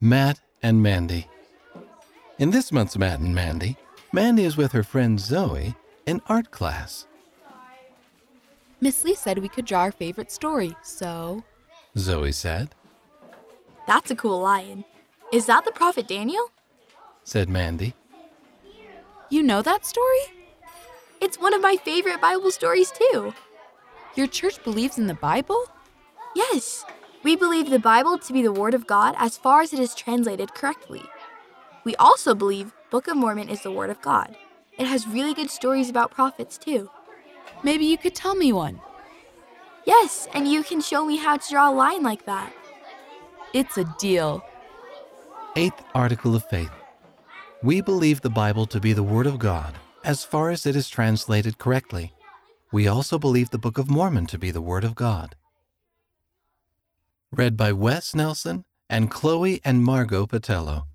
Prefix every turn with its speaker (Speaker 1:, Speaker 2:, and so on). Speaker 1: Matt and Mandy. In this month's Matt and Mandy, Mandy is with her friend Zoe in art class.
Speaker 2: Miss Lee said we could draw our favorite story, so.
Speaker 1: Zoe said,
Speaker 3: That's a cool lion. Is that the prophet Daniel?
Speaker 1: said Mandy.
Speaker 2: You know that story?
Speaker 3: It's one of my favorite Bible stories, too.
Speaker 2: Your church believes in the Bible?
Speaker 3: Yes, we believe the Bible to be the Word of God as far as it is translated correctly. We also believe Book of Mormon is the Word of God. It has really good stories about prophets, too.
Speaker 2: Maybe you could tell me one.
Speaker 3: Yes, and you can show me how to draw a line like that.
Speaker 2: It's a deal.
Speaker 1: Eighth article of faith. We believe the Bible to be the Word of God as far as it is translated correctly. We also believe the Book of Mormon to be the Word of God. Read by Wes Nelson and Chloe and Margot Patello.